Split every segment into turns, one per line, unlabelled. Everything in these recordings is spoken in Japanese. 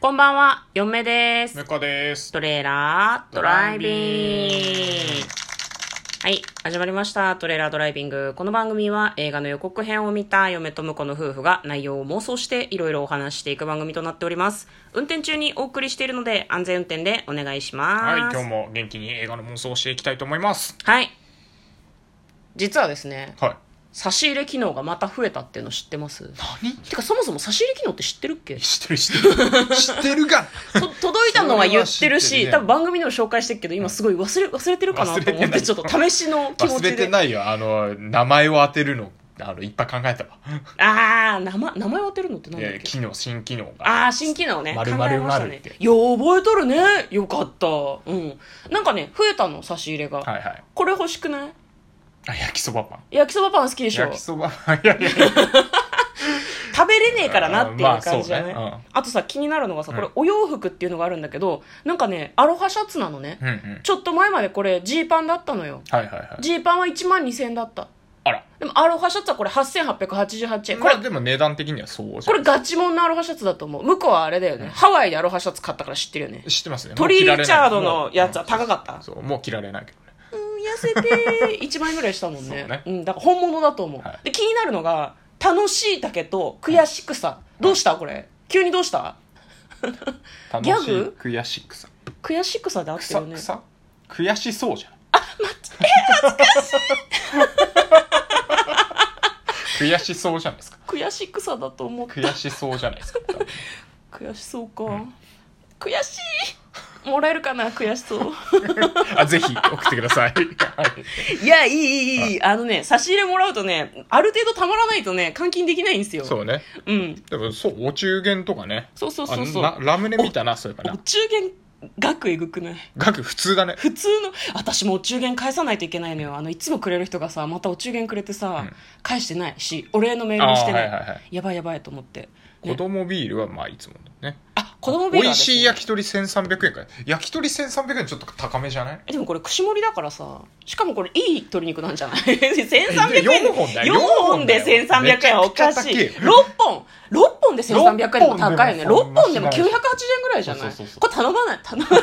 こんばんは、嫁です
ム。カです。
トレーラードライビング。はい、始まりました。トレーラードライビング。この番組は映画の予告編を見た嫁と婿の夫婦が内容を妄想していろいろお話ししていく番組となっております。運転中にお送りしているので安全運転でお願いします。
はい、今日も元気に映画の妄想をしていきたいと思います。
はい。実はですね、
はい。
差し入れ機能がまた増えたっていうの知ってます
何
てかそもそも差し入れ機能って知ってるっけ
知ってる知って る。知ってる が
と届いたのは言ってる
それは知って
し、
るね
多分番組でも紹介してるけど、今すごい忘れ、忘れてるかなと思
忘れ
って
な
て、
い
ちょっと試し の気持
忘れ
ち
て
で。
ないよ。あの、名前を当てるの、あの、いっぱい考え たわ。
あー、名前、名前を当てるのってなんだっ
え
け
機能、新機能が。
あー、新機能ね。
丸
考えました
丸々っ
ね
て。
いや、覚えとるね。よかった。うん。なんかね、増えたの、差し入れが。
はいはい。
これ欲しくない
あ、焼きそばパン。
焼きそばパン好きでしょ
焼きそば、いやいやいや
食べれねえからなってい
あーま
う
あ
感じだね,、
そうねうん
あとさ気になるのがさこれ
うん
お洋服っていうのがあるんだけど、なんかねアロハシャツなのね、
うんうん。
ちょっと前までこれジーパンだったのよ
はいはいはい。
ジーパンは1万2000円だった
あら。
でもアロハシャツはこれ8888円こ
こ
れ、
れでも値段的にはそうじ
こ
ゃ
れ
ん。
ガチモンのアロハシャツだと思う向こうはあれだよね、ハワイでアロハシャツ買ったから知ってるよね
知ってますね。
トリー・リチャードのやつは
高
高かった
そう、もう着られないけどね。
うん痩せて1万円ぐらいしたもんね
そうね
ん、だから本物だと思う、
はい
で気になるのが楽しいだけと悔しくさ、どうしたこれ急にどうした
楽
ギャ
しい
グ
悔しくさ。
悔しくさで合ってる
草
よね
草悔しそうじゃん。え、懐かしい悔しそうじゃないですか。
悔しくさだと思った
悔しそうじゃないですか。
悔しそうか、悔しいもらえるかな悔しそう
あ、ぜひ送ってください。はい
いやいいいいいいあのね差し入れもらうとねある程度たまらないとね換金できないんですよ
そうね。
うん
でも、そう、お中元とかね。
そうそうそうそう
あなラムネ見たな、そういえば
お
な。
中元額えぐくない
額普通だね。
普通の私もお中元返さないといけないのよあのいつもくれる人がさまたお中元くれてさ、
うん
返してないしお礼のメールもしてない,、
あーはいはいはい
やばいやばいと思って、
子供ビールは、まあ、いつものね。
あ子供ビール
美味しい
き
焼き鳥1300円か焼き鳥1300円ちょっと高めじゃない
でもこれ串盛りだからさしかもこれいい鶏肉なんじゃない ?1300 円
4本だよ
4本で
4本だよ
1300円はおかしい
めちゃくちゃ高い
6本6本で1300円も高いよね6
六本でも
本でも980円ぐらいじゃない
そうそうそう そう
これ頼まない頼まない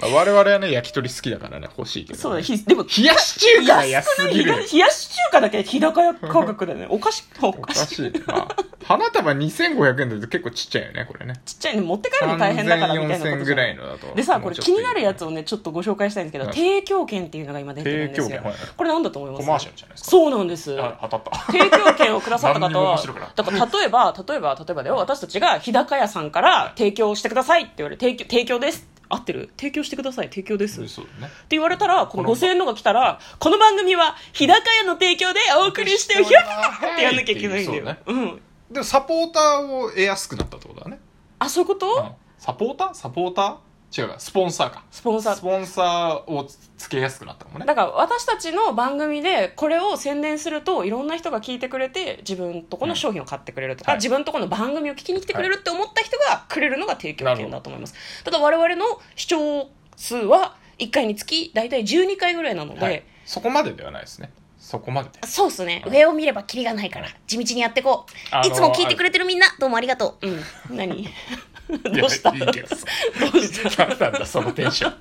まあ我々はね、焼き鳥好きだからね、欲しいけどね、
そうだひでも
冷やし中華は
安
安
くな
す
い
ぎるよ。
冷やし中華だけ日高屋価格だよねおかしお
お
か
か
しい
しいね。まあ、花束2500円だと結構ちっちゃいよね、これね。
ちっちゃいの持って帰るの大変だからみたいなことじ
3000ぐ
ゃ
ら
ん
いのだと。
でさこれ気になるやつ
を。
をねちょっとご紹介したいんですけど
はい
提供券っていうのが今出てるんですよ
提供券はい
これなんだと思います
コマーシャルじゃないですか。
そうなんです
あ当たった。
提供券をくださった
何に
方
も
は
面白くない
だから例えば例えば例えばだよ私たちが日高屋さんから提供してくださいって言われて提供提供です合ってる提供してください提供ですって
そうだね。
言われたらこの
この
5000円のが来たらこの番組は日高屋の提供でお送りしておひゃっ
は
てやんなきゃいけないんだよ
そうね
うん
でもサポーターを得やすくなったってことだね。
あそういうこと
うんサポーターサポーター違うか、スポンサーか。
スポンサー
スポンサーをつつけやすくなったかもんね。
だから私たちの番組でこれを宣伝するといろんな人が聞いてくれて自分とこの商品を買ってくれるとか、
はい
自分とこの番組を聞きに来てくれるって思った人がくれるのが提供権だと思います、ただ我々の視聴数は1回につき大体12回ぐらいなので、
はい、そこまでではないですね。そこまでで。
そうっすね、
はい
上を見ればキリがないから地道にやってこう、
あのー
いつも聞いてくれてるみんなどうもありがとううん何 どうした
いやいいけどさ
どうした
何なんだ、そのテン ション。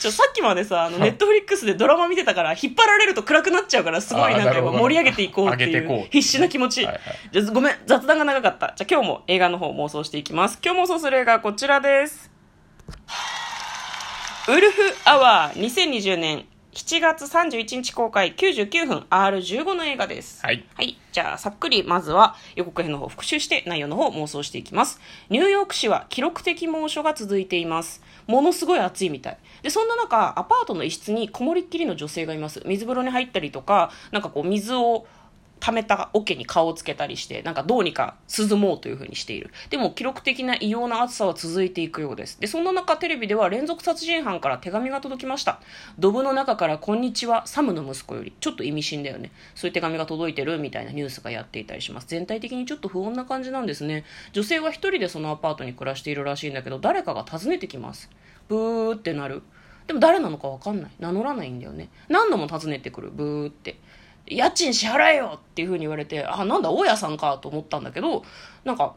ちょさっきまでさあのネットフリックスでドラマ見てたから引っ張られると暗くなっちゃうからすごいなんか
あーなる
今
ほど
盛り上げていこうってい
上げてこう
う必死な気持ち、
はいはい
じゃあごめん雑談が長かったじゃあ今日も映画の方妄想していきます今日妄想する映画はこちらですウルフアワー2020年7月31日公開99分 R15 の映画です
はい。
はい。じゃあ、さっくり、まずは予告編の方を復習して内容の方を妄想していきます。ニューヨーク市は記録的猛暑が続いています。ものすごい暑いみたい。で、そんな中、アパートの一室にこもりっきりの女性がいます。水風呂に入ったりとか、なんかこう、水を、溜めた桶に顔をつけたりして、なんかどうにか涼もうというふうにしている。でも記録的な異様な暑さは続いていくようです。で、そんな中テレビでは連続殺人犯から手紙が届きました。ドブの中からこんにちは、サムの息子より。ちょっと意味深だよね。そういう手紙が届いてるみたいなニュースがやっていたりします。全体的にちょっと不穏な感じなんですね。女性は一人でそのアパートに暮らしているらしいんだけど、誰かが訪ねてきます。ブーってなる。でも誰なのかわかんない。名乗らないんだよね。何度も訪ねてくる。ブーって。家賃支払えよっていうふうに言われて、あ、なんだ、大家さんかと思ったんだけど、なんか、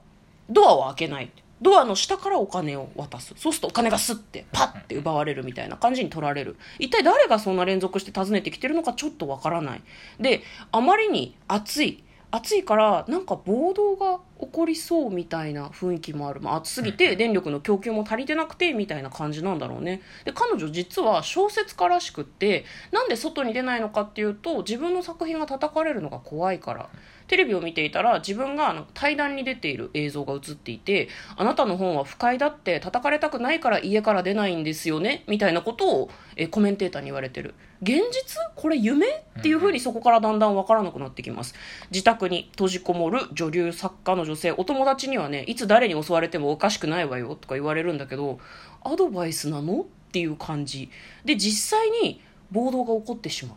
ドアを開けないドアの下からお金を渡すそうするとお金がスッてパッて奪われるみたいな感じに取られる一体誰がそんな連続して訪ねてきてるのかちょっとわからないであまりに暑い暑いからなんか暴動が起こりそうみたいな雰囲気もある、まあ、暑すぎて電力の供給も足りてなくてみたいな感じなんだろうねで彼女実は小説家らしくってなんで外に出ないのかっていうと自分の作品が叩かれるのが怖いからテレビを見ていたら自分があの対談に出ている映像が映っていてあなたの本は不快だって叩かれたくないから家から出ないんですよねみたいなことをえコメンテーターに言われてる現実これ夢っていうふうにそこからだんだんわからなくなってきます自宅に閉じこもる女流作家の女性お友達にはねいつ誰に襲われてもおかしくないわよとか言われるんだけどアドバイスなのっていう感じで実際に暴動が起こってしまう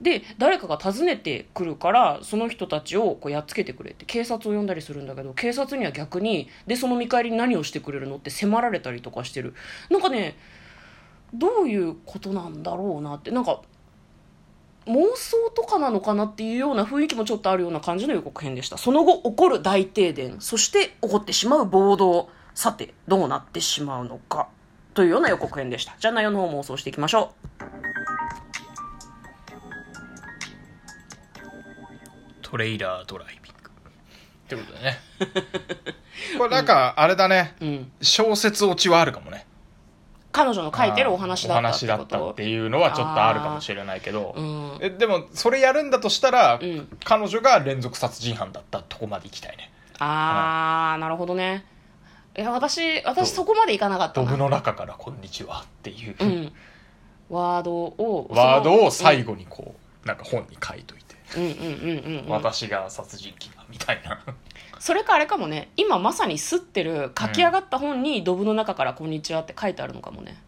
で誰かが訪ねてくるからその人たちをこうやっつけてくれって警察を呼んだりするんだけど警察には逆にでその見返りに何をしてくれるのって迫られたりとかしてるなんかねどういうことなんだろうなってなんか妄想とかなのかなっていうような雰囲気もちょっとあるような感じの予告編でしたその後起こる大停電そして起こってしまう暴動さてどうなってしまうのかというような予告編でしたじゃあ内容の方妄想していきましょう
トレイラードライビング
ってことだね これなんかあれだね、
うん
小説落ちはあるかもね
彼女の書いてるお話だったって
お話だ
こ
った
と
っていうのはちょっとあるかもしれないけど、
うん
えでもそれやるんだとしたら、
うん
彼女が連続殺人犯だったとこまで行きたいね
あーなるほどねいや私私
そ
そこまでいかなかった
ドブ
な
の中から「こんにちは」っていう、
うんワードを
ワードを最
後
後にこう、なんか本に書いといて、
うんうんうんうんうん、
私が殺人鬼だみたいな
それかあれかもね今まさに吸ってる書き上がった本に「ドブの中からこんにちは」って書いてあるのかもね、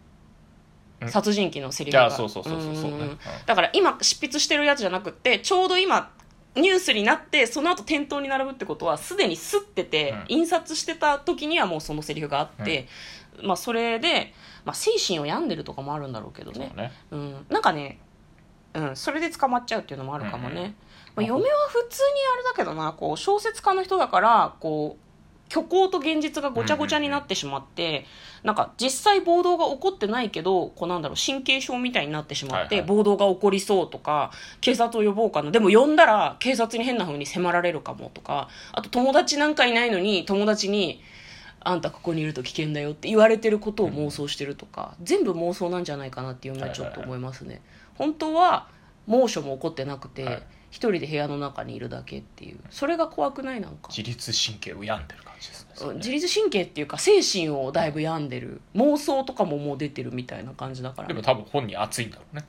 うん
殺人鬼のセリ
い
フが
やそうそうそうそうそうね、
んん
うん
んだから今執筆してるやつじゃなくってちょうど今ニュースになってその後店頭に並ぶってことはすでに吸ってて、
うん
印刷してた時にはもうそのセリフがあって、まあそれで、まあ、精神を病んでるとかもあるんだろうけど
そう
ね
ね
うん、なんかね、うん、それで捕まっちゃうっていうのもあるかもね、
うんうん
まあ、嫁は普通にあれだけどなこう小説家の人だからこう虚構と現実がごちゃごちゃになってしまって、なんか実際暴動が起こってないけどこうなんだろう神経症みたいになってしまって、
はいはい
暴動が起こりそうとか警察を呼ぼうかなでも呼んだら警察に変な風に迫られるかもとかあと友達なんかいないのに友達に「あんたここにいると危険だよ」って言われてることを妄想してるとか、全部妄想なんじゃないかなっていうのはちょっと思いますね。本当は猛暑も起こってなくて、
はい
一人で部屋の中にいるだけっていうそれが怖くないなんか
自律神経を病んでる感じですねそれね
自律神経っていうか精神をだいぶ病んでる妄想とかももう出てるみたいな感じだから、
でも多分本人熱いんだろうね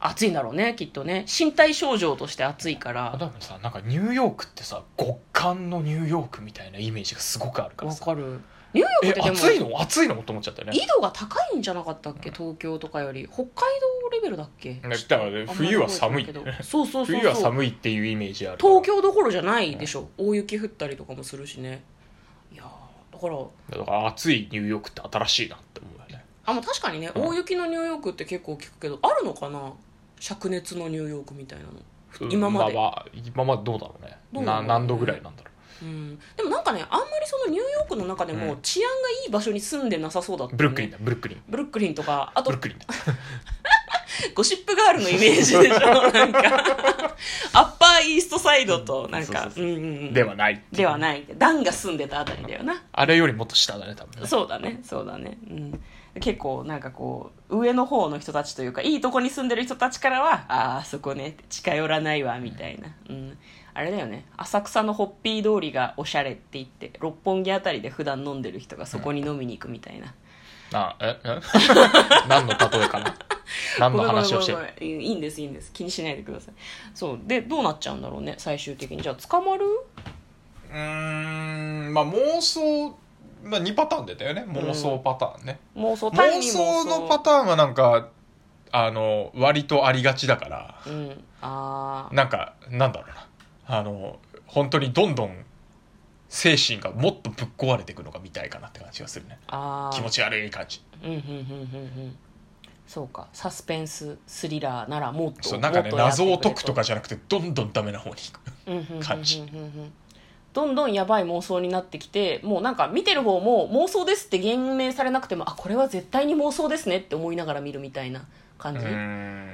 暑いんだろうねきっとね身体症状として暑いか
あ
ら
でもさなんかニューヨークってさ極寒のニューヨークみたいなイメージがすごくあるから
わ
さ
かるニューヨークってで
え
も
暑いの暑いのと思っちゃったよね
緯度が高いんじゃなかったっけ東京とかより北海道レベルだっけ
ねだからね冬は寒いんだよね
そうそうそうそう
冬は寒いっていうイメージあるから
東京どころじゃないでしょ大雪降ったりとかもするしねいやーだから
だから暑いニューヨークって新しいなって思うよね
あまあ確かにね、
うん
大雪のニューヨークって結構聞くけどあるのかな灼熱のニューヨークみたいなの、今まで
は今までどうだろうね
どうな
な
の
何度ぐらいなんだろ
うん、でもなんかねあんまりそのニューヨークの中で
う
も
ん
治安がいい場所に住んでなさそうだった、
う
ね、
ブルックリンだブルックリン
ブルックリンとかあ
ブ
と
ルックリンだ
ゴシップガールのイメージでしょなんかアッパーイーストサイドとなん
そ
か
う
う
そ
んうんうん
ではないってい う
ではないダンが住んでたあたりだよな
あれよりもっと下だね多分ね
そうだねそうだね、うん、結構なんかこう上の方の人たちというかいいとこに住んでる人たちからは「ああそこね近寄らないわ」みたいな、うん、あれだよね浅草のホッピー通りがおしゃれって言って六本木あたりで普段飲んでる人がそこに飲みに行くみたいな、
あええ 何の例えかな何の話をして
ご
る
めんごめんごめんいいんですいいんです気にしないでくださいそうでどうなっちゃうんだろうね最終的にじゃあ捕まる
うーんまあ妄想、まあ、2パターン出たよね妄想パターンね、
妄想単
妄
に妄
想
想
のパターンはなんかあの割とありがちだから
うんああ
なんかなんだろうなあの本当にどんどん精神がもっとぶっ壊れていくのが見たいかなって感じがするね
ああ
気持ち悪い感じ
うんうんうんうんうんそうかサスペンススリラーならもっと
そうなんかね
もっやって
謎
れ
を解くとかじゃなくてどんどんダメな方に行く
うんうんうんうんうんうん
感じ
どんどんやばい妄想になってきてもうなんか見てる方も妄想ですって言明されなくてもあこれは絶対に妄想ですねって思いながら見るみたいな感
う
じ、
ーん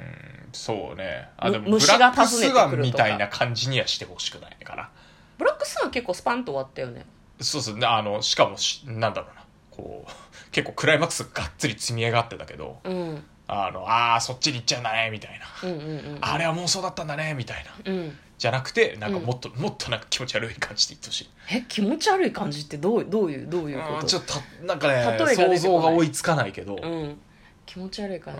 そうねあ
む
でもブ
虫
ラ
が
ック
訪ねてく
ス
ると
ワ
か
ンみたいな感じにはしてほしくないかな
ブラックスワン結構スパンと終わったよね
そうそうなあのしかもしなんだろうなこう 結構クライマックスがっつり積み上がってたけど
うんうん
あのあーそっちに行っちゃうんだねみたいな、
うんうん
あれは妄想だったんだねみたいな
うん
じゃなくてなんかもっと、もっとなんか気持ち悪い感じで言ってほしい
え気持ち悪い感じってどうどういうどういうこ
うん
と
ちょっとなんか
例え
ね
が出てこな
想
い
像が追いつかないけど、
うん、気持ち悪い感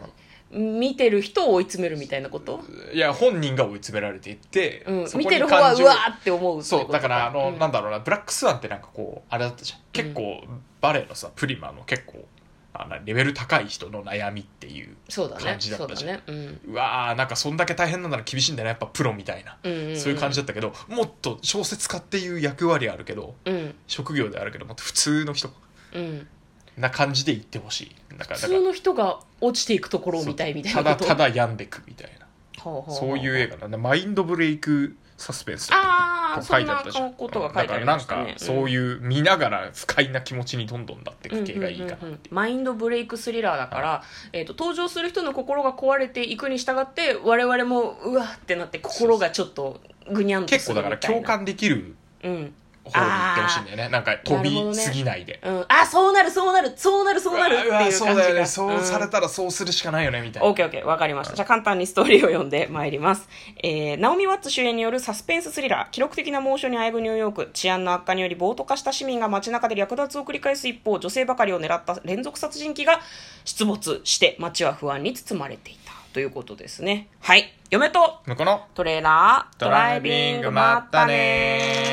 じ、見てる人を追い詰めるみたいなこと、
いや本人が追い詰められていって、
うん、
そこ
見
に
てる方は
感
う
情
わーって思うって
そうだからあの、な
だ
んだろうなブラックスワンってなんかこうあれだったじゃん結構、バレエのさプリマの結構あのレベル高い人の悩みっていう
そうだね
感じだ
そ
っ
うだ
たじゃん
ねうん
うわーなんかそんだけ大変なんなら厳しいんだなやっぱプロみたいな、
うんんん
そういう感じだったけどもっと小説家っていう役割あるけど
うん
職業であるけどもっと普通の人
うん
な感じで言ってほしいなんか
普
だか
通の人が落ちていくところを見たいみたいなこと
そうただただ病んでくみたいな
ほほほ
そういう映画なんだマインドブレイクサスペンスとか
ああ
書
そ
い
ん
てあっ
な
たじゃん
ことが書いてありました
だから
ね
なんかそういう見ながら不快な気持ちにどんどんなっていく系がいいかなって
うんう
い
ん
う
うんうんマインドブレイクスリラーだから、えー、と登場する人の心が壊れていくに従って我々もうわーってなって心がちょっとぐにゃんと
結
す
構
るみ
だ
た
か
いな
ら共感できる
うん
方に行ってほしいんだよねなんか飛びすぎないで
うん、あそうなるそうなるそうなるそうなるっていう
わ
感
わ
じが
そうだよねそうされ
ん
たらそうするしかないよねみたいな、
オッケーオッケーわかりました。じゃあ簡単にストーリーを読んでまいります。えー、ナオミ・ワッツ主演によるサスペンススリラー、記録的な猛暑にあえぐニューヨーク、治安の悪化により暴徒化した市民が街中で略奪を繰り返す一方、女性ばかりを狙った連続殺人鬼が出没して、街は不安に包まれていた。ということですね。はい。嫁と
向こうの
トレーラー、
ドライビングまったねー